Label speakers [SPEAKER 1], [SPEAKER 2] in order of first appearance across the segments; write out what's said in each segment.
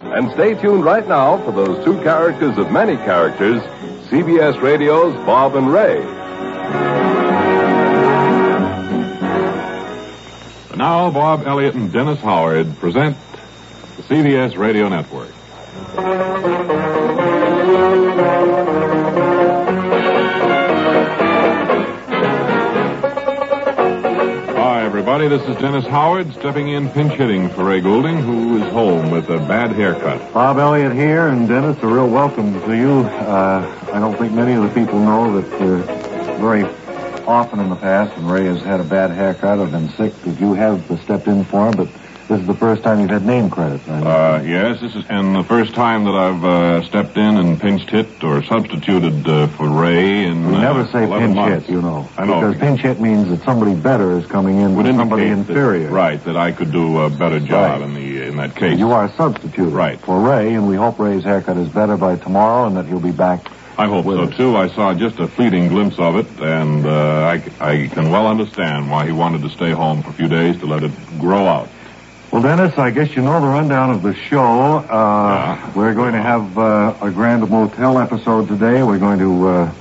[SPEAKER 1] And stay tuned right now for those two characters of many characters, CBS Radio's Bob and Ray.
[SPEAKER 2] And now, Bob Elliott and Dennis Howard present the CBS Radio Network. Hi, everybody. This is Dennis Howard stepping in pinch hitting for Ray Goulding, who is home with a bad haircut.
[SPEAKER 3] Bob Elliott here, and Dennis, a real welcome to you. Uh, I don't think many of the people know that uh, very often in the past, when Ray has had a bad haircut or been sick, that you have uh, stepped in for him, but this is the first time you've had name credits. I know.
[SPEAKER 2] Uh, yes, this is and the first time that I've uh, stepped in and pinched hit or substituted uh, for Ray in.
[SPEAKER 3] you
[SPEAKER 2] uh,
[SPEAKER 3] never say
[SPEAKER 2] 11
[SPEAKER 3] pinch
[SPEAKER 2] months.
[SPEAKER 3] hit, you know.
[SPEAKER 2] I know.
[SPEAKER 3] Because pinch hit means that somebody better is coming in
[SPEAKER 2] would
[SPEAKER 3] with somebody
[SPEAKER 2] indicate that-
[SPEAKER 3] inferior.
[SPEAKER 2] right, that I could do a better job
[SPEAKER 3] Right.
[SPEAKER 2] in the in that case.
[SPEAKER 3] You are substituted
[SPEAKER 2] Right.
[SPEAKER 3] for Ray, and we hope Ray's haircut is better by tomorrow and that he'll be back.
[SPEAKER 2] I hope
[SPEAKER 3] with
[SPEAKER 2] so
[SPEAKER 3] us.
[SPEAKER 2] too. I saw just a fleeting glimpse of it, and uh, I, c- I can well understand why he wanted to stay home for a few days to let it grow out.
[SPEAKER 3] Well, Dennis, I guess you know the rundown of the show. Uh,
[SPEAKER 2] Yeah.
[SPEAKER 3] We're going to have uh, a Grand Motel episode today. We're going to uh,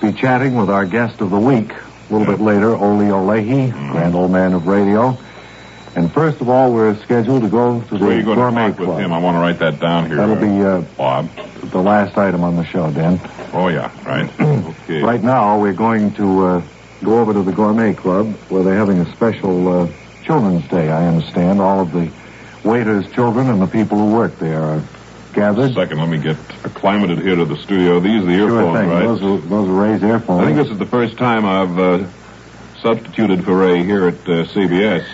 [SPEAKER 3] be chatting with our guest of the week a little bit later, Ole Olehi,
[SPEAKER 2] Mm-hmm.
[SPEAKER 3] grand old man of radio. And first of all, we're scheduled to go to
[SPEAKER 2] Where are
[SPEAKER 3] the
[SPEAKER 2] you going
[SPEAKER 3] Gourmet
[SPEAKER 2] to talk with
[SPEAKER 3] Club.
[SPEAKER 2] him? I want to write that down here.
[SPEAKER 3] That'll be uh,
[SPEAKER 2] Bob.
[SPEAKER 3] the last item on the show, Dan.
[SPEAKER 2] Oh yeah, right. okay.
[SPEAKER 3] Right now, we're going to uh, go over to the Gourmet Club where they're having a special uh, Children's Day, I understand. All of the waiters' children and the people who work there are gathered.
[SPEAKER 2] Second, let me get acclimated here to the studio. These are the
[SPEAKER 3] Sure
[SPEAKER 2] earphones,
[SPEAKER 3] thing.
[SPEAKER 2] right?
[SPEAKER 3] Those, are, those are Ray's earphones.
[SPEAKER 2] I think this is the first time I've uh, substituted for Ray here at uh, CBS.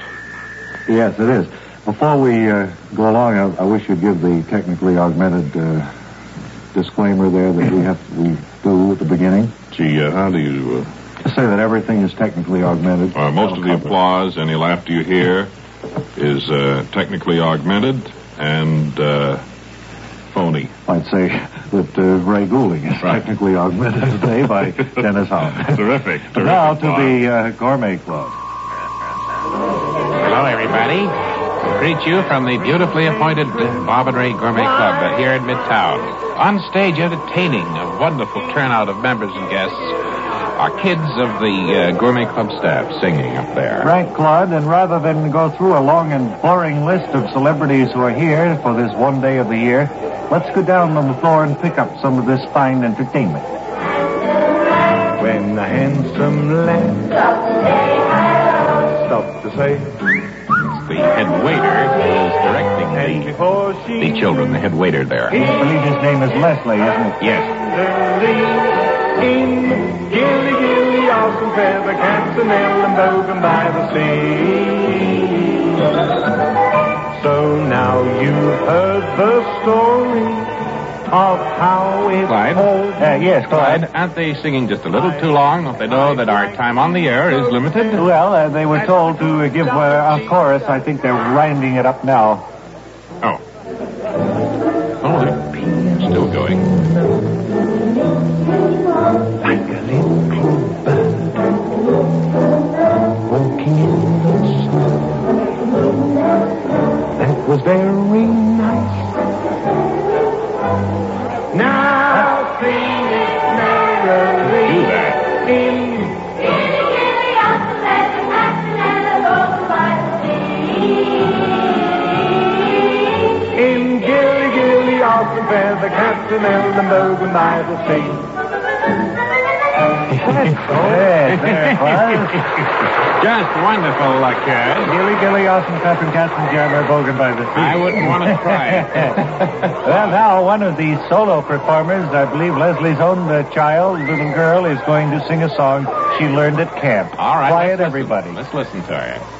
[SPEAKER 3] Yes, it is. Before we uh, go along, I, I wish you'd give the technically augmented uh, disclaimer there that we have we do at the beginning.
[SPEAKER 2] Gee, uh, how do you? Uh,
[SPEAKER 3] Just say that everything is technically augmented.
[SPEAKER 2] uh, most of the
[SPEAKER 3] That'll cover it.
[SPEAKER 2] applause and the laughter you hear is uh, technically augmented and uh, phony.
[SPEAKER 3] I'd say that uh, Ray Goulding is
[SPEAKER 2] Right.
[SPEAKER 3] technically augmented today by Dennis Howard.
[SPEAKER 2] Terrific. terrific.
[SPEAKER 3] But now to
[SPEAKER 2] Bob.
[SPEAKER 3] the uh, Gourmet Club.
[SPEAKER 4] Hello, everybody. Greet you from the beautifully appointed uh, Bob and Ray Gourmet Club uh, here in Midtown. On stage entertaining a wonderful turnout of members and guests are kids of the uh, Gourmet Club staff singing up there.
[SPEAKER 3] Frank Clud, and rather than go through a long and boring list of celebrities who are here for this one day of the year, let's go down on the floor and pick up some of this fine entertainment.
[SPEAKER 5] When the handsome lad stopped to say,
[SPEAKER 4] The head waiter is
[SPEAKER 5] and
[SPEAKER 4] directing
[SPEAKER 5] before she
[SPEAKER 4] the, the children, the head waiter there.
[SPEAKER 3] I believe his name is Leslie, isn't it?
[SPEAKER 4] Yes.
[SPEAKER 5] in Gilly Gilly, awesome feather, Campanelle and Bogan by the sea. So now you've heard the story of how it
[SPEAKER 4] Clyde?
[SPEAKER 5] all
[SPEAKER 3] Uh, yes,
[SPEAKER 4] Clyde,
[SPEAKER 3] Clyde.
[SPEAKER 4] aren't they singing just a little too long? Don't they know that our time on the air is limited?
[SPEAKER 3] Well, uh, they were told to uh, give uh, a chorus. I think they're winding it up now.
[SPEAKER 4] Oh. Oh, the pian's still going.
[SPEAKER 5] was very nice. Now sing it merrily.
[SPEAKER 2] Do that.
[SPEAKER 5] In in Gilly Gilly, off the bed, the captain and the bogan by the sea.
[SPEAKER 3] Yes, there it was.
[SPEAKER 4] Just wonderful, uh, kid.
[SPEAKER 3] Gilly Gilly, Austin, Catherine, Catherine, Jeremy, Bogan by the sea.
[SPEAKER 4] I wouldn't want to try.
[SPEAKER 3] well, now one of the solo performers, I believe Leslie's own uh, child, little girl, is going to sing a song she learned at camp.
[SPEAKER 4] All right. let's
[SPEAKER 3] Quiet,
[SPEAKER 4] listen.
[SPEAKER 3] everybody.
[SPEAKER 4] Let's listen to her.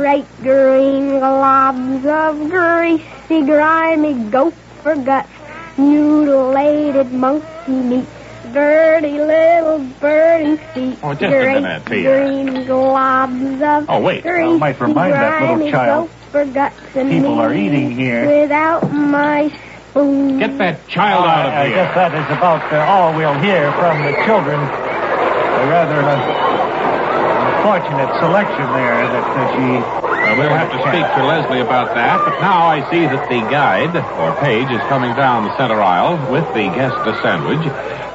[SPEAKER 6] Great green globs of greasy, grimy gopher guts, mutilated monkey meat, dirty little birdie feet.
[SPEAKER 4] Oh, just a
[SPEAKER 6] great
[SPEAKER 4] minute, Peter.
[SPEAKER 6] green globs of
[SPEAKER 4] Oh, wait.
[SPEAKER 6] greasy,
[SPEAKER 3] I might remind that little
[SPEAKER 6] grimy
[SPEAKER 3] child
[SPEAKER 6] gopher guts and
[SPEAKER 3] people are
[SPEAKER 6] meat
[SPEAKER 3] eating here.
[SPEAKER 6] Without my spoon.
[SPEAKER 4] Get that child
[SPEAKER 3] Well,
[SPEAKER 4] out
[SPEAKER 3] I, I
[SPEAKER 4] of
[SPEAKER 3] guess
[SPEAKER 4] here.
[SPEAKER 3] that is about uh, all we'll hear from the children. Uh, rather an unfortunate selection there that uh, she
[SPEAKER 7] Uh, we'll have to speak to Leslie about that, but now I see that the guide, or page, is coming down the center aisle with the guest a sandwich,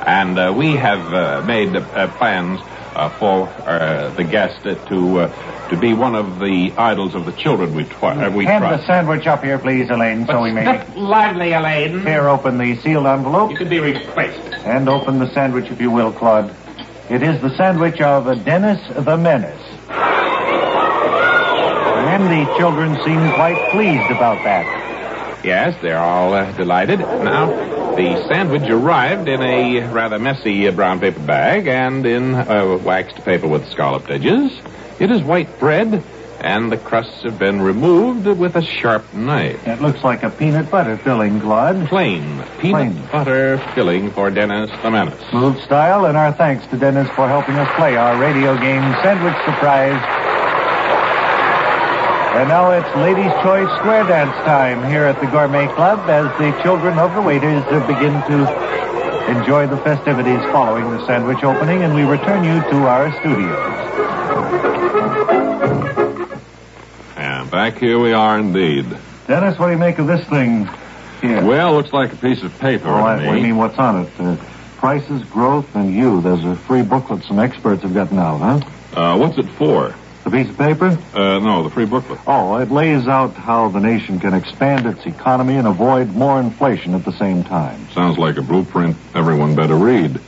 [SPEAKER 7] and uh, we have uh, made uh, plans uh, for uh, the guest to uh, to be one of the idols of the children we, twi- uh, we
[SPEAKER 3] Hand
[SPEAKER 7] trust.
[SPEAKER 3] the sandwich up here, please, Elaine, so we may.
[SPEAKER 7] lively, Elaine.
[SPEAKER 3] Here, open the sealed envelope
[SPEAKER 7] could be replaced.
[SPEAKER 3] and open the sandwich if you will, Claude. It is the sandwich of uh, Dennis the Menace. And the children seem quite pleased about that.
[SPEAKER 7] Yes, they're all uh, delighted. Now, the sandwich arrived in a rather messy uh, brown paper bag and in uh, waxed paper with scalloped edges. It is white bread, and the crusts have been removed with a sharp knife.
[SPEAKER 3] It looks like a peanut butter filling, Claude.
[SPEAKER 7] Plain peanut
[SPEAKER 3] Plain.
[SPEAKER 7] butter filling for Dennis the Menace.
[SPEAKER 3] Smooth style, and our thanks to Dennis for helping us play our radio game Sandwich Surprise. And now it's Ladies' Choice Square Dance time here at the Gourmet Club as the children of the waiters uh, begin to enjoy the festivities following the sandwich opening, and we return you to our studios.
[SPEAKER 2] And back here we are indeed.
[SPEAKER 3] Dennis, what do you make of this thing here?
[SPEAKER 2] Well, looks like a piece of paper
[SPEAKER 8] Well, I,
[SPEAKER 2] to me.
[SPEAKER 8] what do you mean, what's on it? Uh, prices, growth, and you. There's a free booklet some experts have gotten out, huh?
[SPEAKER 2] Uh, what's it for?
[SPEAKER 8] The piece of paper?
[SPEAKER 2] Uh, no, the free booklet.
[SPEAKER 8] Oh, it lays out how the nation can expand its economy and avoid more inflation at the same time.
[SPEAKER 2] Sounds like a blueprint everyone better read.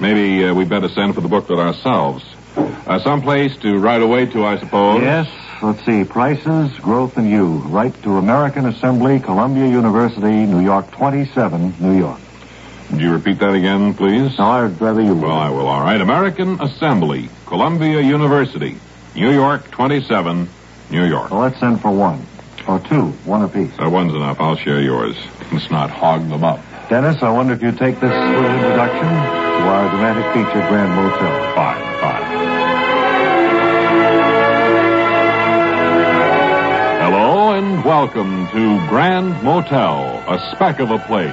[SPEAKER 2] Maybe uh, we better send for the booklet ourselves. Uh, someplace to ride away to, I suppose.
[SPEAKER 8] Yes, let's see. Prices, growth, and you. Write to American Assembly, Columbia University, New York 27, New York.
[SPEAKER 2] Would you repeat that again, please?
[SPEAKER 8] No, I'd rather you.
[SPEAKER 2] Well, I will. All right. American Assembly, Columbia University, New York 27, New York.
[SPEAKER 8] Well, let's send for one. Or two. One apiece.
[SPEAKER 2] Uh, one's enough. I'll share yours. Let's not hog them up.
[SPEAKER 8] Dennis, I wonder if you'd take this little introduction to our dramatic feature, Grand Motel.
[SPEAKER 2] Fine, fine. Hello and welcome to Grand Motel, a speck of a place,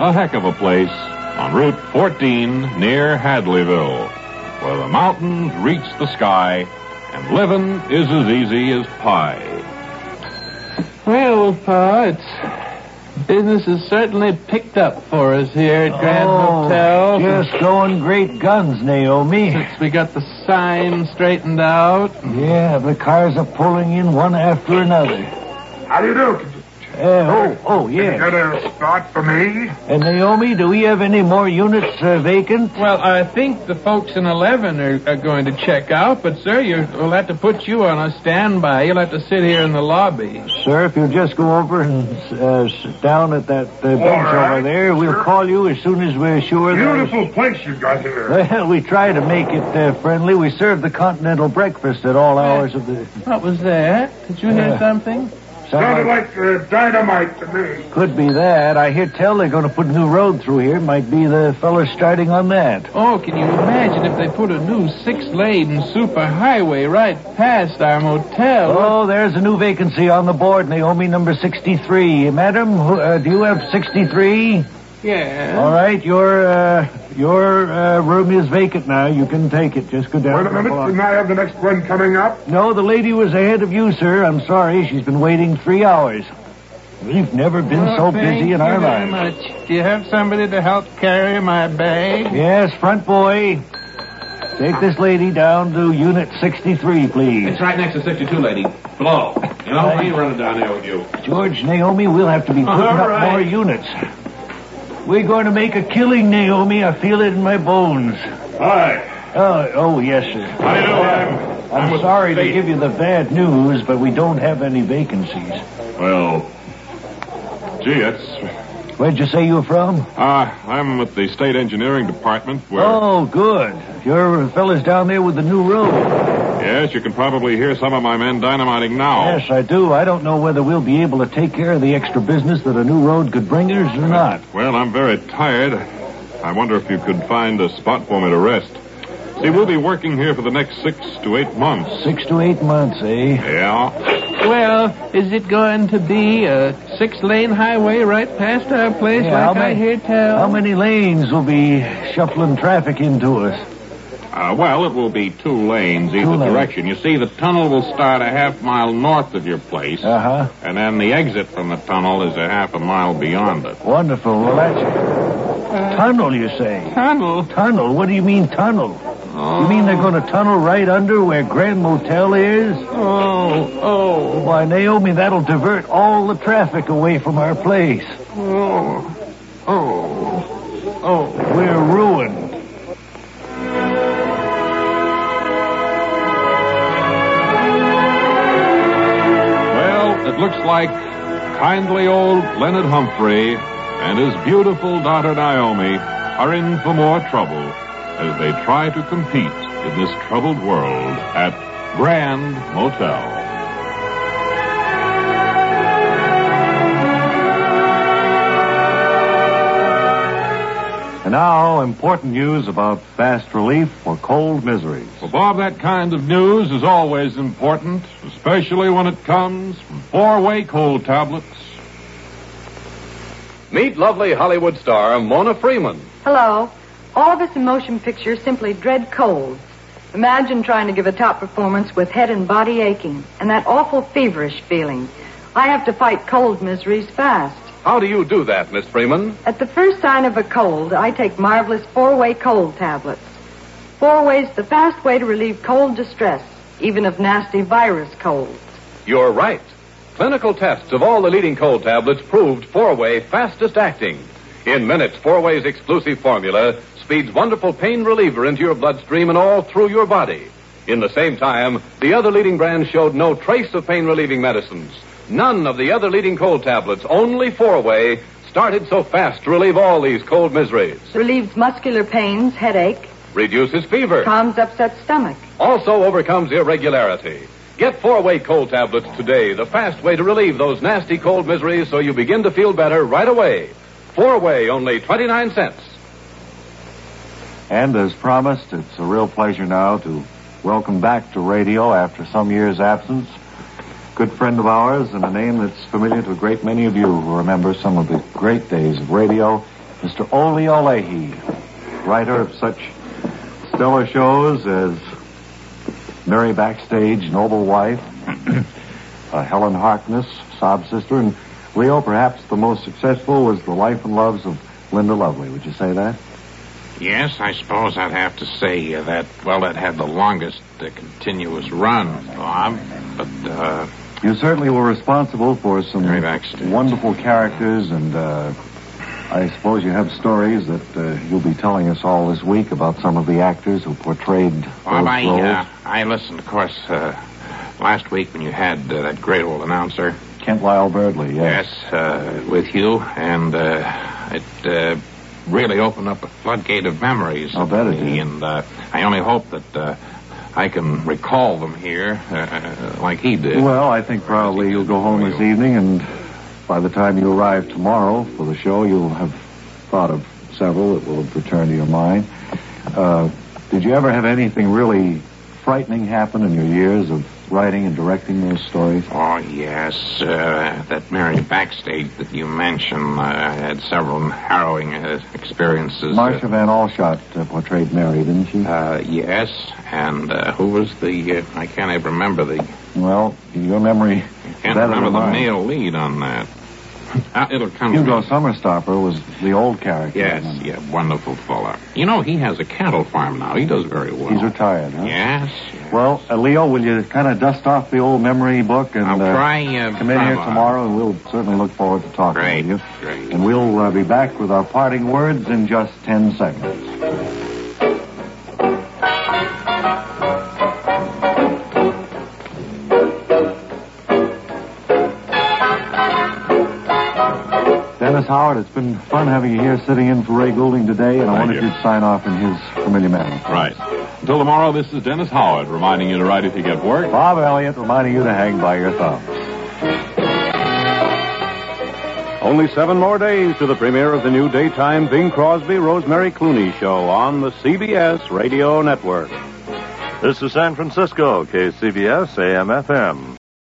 [SPEAKER 2] a heck of a place, on Route 14 near Hadleyville, where the mountains reach the sky and living is as easy as pie.
[SPEAKER 9] Well, Pa, it's business has certainly picked up for us here at Grand Hotel.
[SPEAKER 3] Just going Oh, great guns, Naomi.
[SPEAKER 9] Since we got the sign straightened out.
[SPEAKER 3] Yeah, the cars are pulling in one after another.
[SPEAKER 5] How do you do?
[SPEAKER 3] Uh, oh, oh, yeah.
[SPEAKER 5] Got a spot for me?
[SPEAKER 3] And Naomi, do we have any more units uh, vacant?
[SPEAKER 9] Well, I think the folks in 11 are, are going to check out, but, sir, you, we'll have to put you on a standby. You'll have to sit here in the lobby.
[SPEAKER 3] Sir, if you'll just go over and uh, sit down at that uh, bench
[SPEAKER 5] right,
[SPEAKER 3] over there, we'll
[SPEAKER 5] sure.
[SPEAKER 3] call you as soon as we're sure. there's-
[SPEAKER 5] Beautiful place you got here.
[SPEAKER 3] Well, we try to make it uh, friendly. We serve the continental breakfast at all hours of the.
[SPEAKER 9] What was that? Did you hear
[SPEAKER 3] Uh,
[SPEAKER 9] something?
[SPEAKER 3] Sound
[SPEAKER 5] Sounded
[SPEAKER 3] like-
[SPEAKER 5] like uh, dynamite to me.
[SPEAKER 3] Could be that. I hear tell they're going to put a new road through here. Might be the fellow starting on that.
[SPEAKER 9] Oh, can you imagine if they put a new six-lane superhighway right past our motel?
[SPEAKER 3] Oh, there's a new vacancy on the board, Naomi, number 63. Madam, who, uh, do you have 63?
[SPEAKER 9] Yeah.
[SPEAKER 3] All right, your uh, your uh, room is vacant now. You can take it. Just go down.
[SPEAKER 5] Wait
[SPEAKER 3] to
[SPEAKER 5] a
[SPEAKER 3] the
[SPEAKER 5] minute,
[SPEAKER 3] block.
[SPEAKER 5] didn't I have the next one coming up?
[SPEAKER 3] No, the lady was ahead of you, sir. I'm sorry. She's been waiting three hours. We've never been so
[SPEAKER 9] Well, thank
[SPEAKER 3] busy in
[SPEAKER 9] you
[SPEAKER 3] our
[SPEAKER 9] very
[SPEAKER 3] lives.
[SPEAKER 9] much. Do you have somebody to help carry my bag?
[SPEAKER 3] Yes, front boy. Take this lady down to Unit 63, please.
[SPEAKER 7] right next to 62, lady. Below. You know, I ain't running down there with you.
[SPEAKER 3] George, Naomi, we'll have to be putting
[SPEAKER 7] All
[SPEAKER 3] up
[SPEAKER 7] right.
[SPEAKER 3] more units. We're going to make a killing, Naomi. I feel it in my bones.
[SPEAKER 5] Hi.
[SPEAKER 3] Oh, oh yes, sir.
[SPEAKER 5] How do you do? I'm,
[SPEAKER 3] I'm
[SPEAKER 5] with
[SPEAKER 3] sorry
[SPEAKER 5] the
[SPEAKER 3] to
[SPEAKER 5] state.
[SPEAKER 3] give you the bad news, but we don't have any vacancies.
[SPEAKER 2] Well, gee, that's.
[SPEAKER 3] Where'd you say you were from?
[SPEAKER 2] Uh, I'm with the State Engineering Department where.
[SPEAKER 3] Oh, good. Your fella's down there with the new road.
[SPEAKER 2] Yes, you can probably hear some of my men dynamiting
[SPEAKER 7] Oh.
[SPEAKER 2] now.
[SPEAKER 3] Yes, I do. I don't know whether we'll be able to take care of the extra business that a new road could bring us or not.
[SPEAKER 2] Well, I'm very tired. I wonder if you could find a spot for me to rest. See, we'll be working here for the next six to eight months.
[SPEAKER 3] Six to eight months, eh?
[SPEAKER 2] Yeah.
[SPEAKER 9] Well, is it going to be a six-lane highway right past our place
[SPEAKER 3] Yeah,
[SPEAKER 9] like
[SPEAKER 3] how
[SPEAKER 9] I
[SPEAKER 3] many-
[SPEAKER 9] hear tell?
[SPEAKER 3] How many lanes will be shuffling traffic into us?
[SPEAKER 2] Uh, well, it will be two lanes either
[SPEAKER 10] lanes.
[SPEAKER 2] direction. You see, the tunnel will start a half mile north of your place,
[SPEAKER 3] Uh-huh.
[SPEAKER 10] Uh huh.
[SPEAKER 2] and then the exit from the tunnel is a half a mile beyond it.
[SPEAKER 10] Wonderful. Well, that's. Tunnel, you say?
[SPEAKER 2] Tunnel?
[SPEAKER 10] Tunnel? What do you mean, tunnel?
[SPEAKER 3] Hmm.
[SPEAKER 10] You mean they're going to tunnel right under where Grand Motel is?
[SPEAKER 2] Oh, oh,
[SPEAKER 10] Why, Naomi, that'll divert all the traffic away from our place.
[SPEAKER 2] oh, oh.
[SPEAKER 10] Oh. We're ruined.
[SPEAKER 2] Well, it looks like kindly old Leonard Humphrey and his beautiful daughter Naomi are in for more trouble as they try to compete in this troubled world at Grand Motel.
[SPEAKER 10] And now, important news about fast relief for cold miseries.
[SPEAKER 2] Well, Bob, that kind of news is always important, especially when it comes from four-way cold tablets.
[SPEAKER 1] Meet lovely Hollywood star Mona Freeman.
[SPEAKER 11] Hello. All of us in motion pictures simply dread colds. Imagine trying to give a top performance with head and body aching and that awful feverish feeling. I have to fight cold miseries fast.
[SPEAKER 1] How do you do that, Miss Freeman?
[SPEAKER 11] At the first sign of a cold, I take marvelous four way cold tablets. Four way's the fast way to relieve cold distress, even of nasty virus colds.
[SPEAKER 1] You're right. Clinical tests of all the leading cold tablets proved four way fastest acting. In minutes, four way's exclusive formula speeds wonderful pain reliever into your bloodstream and all through your body. In the same time, the other leading brands showed no trace of pain relieving medicines. None of the other leading cold tablets, only four way, started so fast to relieve all these cold miseries.
[SPEAKER 11] Relieves muscular pains, headache,
[SPEAKER 1] Reduces fever.
[SPEAKER 11] calms upset stomach.
[SPEAKER 1] also overcomes irregularity. Get four way cold tablets today, the fast way to relieve those nasty cold miseries so you begin to feel better right away. Four way, only 29 cents.
[SPEAKER 3] And as promised, it's a real pleasure now to welcome back to radio after some years' absence. Good friend of ours and a name that's familiar to a great many of you who remember some of the great days of radio, Mr. Ole Olehi, writer of such stellar shows as Mary Backstage, Noble Wife, uh, Helen Harkness, Sob Sister, and Leo, perhaps the most successful was The Life and Loves of Linda Lovely. Would you say that?
[SPEAKER 4] Yes, I suppose I'd have to say uh, that, well, it had the longest uh, continuous run, Bob. But, uh,
[SPEAKER 3] You certainly were responsible for some
[SPEAKER 4] Very backstage.
[SPEAKER 3] wonderful characters, and uh, I suppose you have stories that uh, you'll be telling us all this week about some of the actors who portrayed
[SPEAKER 4] Bob,
[SPEAKER 3] those
[SPEAKER 4] I,
[SPEAKER 3] roles.
[SPEAKER 4] uh, I listened, of course, uh, last week when you had uh, that great old announcer.
[SPEAKER 3] Kent Lyle Birdley, yes.
[SPEAKER 4] Yes, uh, with you, and uh, it uh, really opened up a floodgate of memories.
[SPEAKER 3] I'll bet it
[SPEAKER 4] for me,
[SPEAKER 3] did.
[SPEAKER 4] And uh, I only hope that uh, I can recall them here uh, uh, like he did.
[SPEAKER 3] Well, I think probably you'll go home this evening, and by the time you arrive tomorrow for the show, you'll have thought of several that will return to your mind. Uh, did you ever have anything really frightening happen in your years of writing and directing those stories?
[SPEAKER 4] Oh, yes. Uh, that Mary Backstage that you mentioned, uh, I had several harrowing uh, experiences.
[SPEAKER 3] Marcia Van Alshot uh, portrayed Mary, didn't she?
[SPEAKER 4] Uh, yes, and uh, who was the? Uh, I can't even remember the.
[SPEAKER 3] Well, your memory.
[SPEAKER 4] Can't
[SPEAKER 3] better
[SPEAKER 4] remember
[SPEAKER 3] than
[SPEAKER 4] the
[SPEAKER 3] mine.
[SPEAKER 4] male lead on that. Uh, it'll come. to
[SPEAKER 3] Hugo
[SPEAKER 4] me.
[SPEAKER 3] Summerstopper was the old character.
[SPEAKER 4] Yes,
[SPEAKER 2] Mm.
[SPEAKER 4] yeah, wonderful fella. You know he has a cattle farm now. He does very well.
[SPEAKER 3] He's retired, huh?
[SPEAKER 4] Yes.
[SPEAKER 3] Well, uh, Leo, will you kind of dust off the old memory book and
[SPEAKER 4] I'll
[SPEAKER 3] uh,
[SPEAKER 4] try. Uh,
[SPEAKER 3] come in
[SPEAKER 4] try
[SPEAKER 3] here
[SPEAKER 4] Bob.
[SPEAKER 3] tomorrow, and we'll certainly look forward to talking
[SPEAKER 4] Great.
[SPEAKER 3] with you.
[SPEAKER 4] Great.
[SPEAKER 3] And we'll uh, be back with our parting words in just ten seconds. Dennis Howard, it's been fun having you here sitting in for Ray Goulding today, and I
[SPEAKER 2] Thank
[SPEAKER 3] wanted
[SPEAKER 2] you.
[SPEAKER 3] you to sign off in his familiar manner.
[SPEAKER 2] Right. Until tomorrow, this is Dennis Howard reminding you to write if you get work.
[SPEAKER 3] Bob Elliott reminding you to hang by your thumb.
[SPEAKER 5] Only seven more days to the premiere of the new daytime Bing Crosby Rosemary Clooney show on the CBS Radio Network.
[SPEAKER 3] This is San Francisco, KCBS AM FM.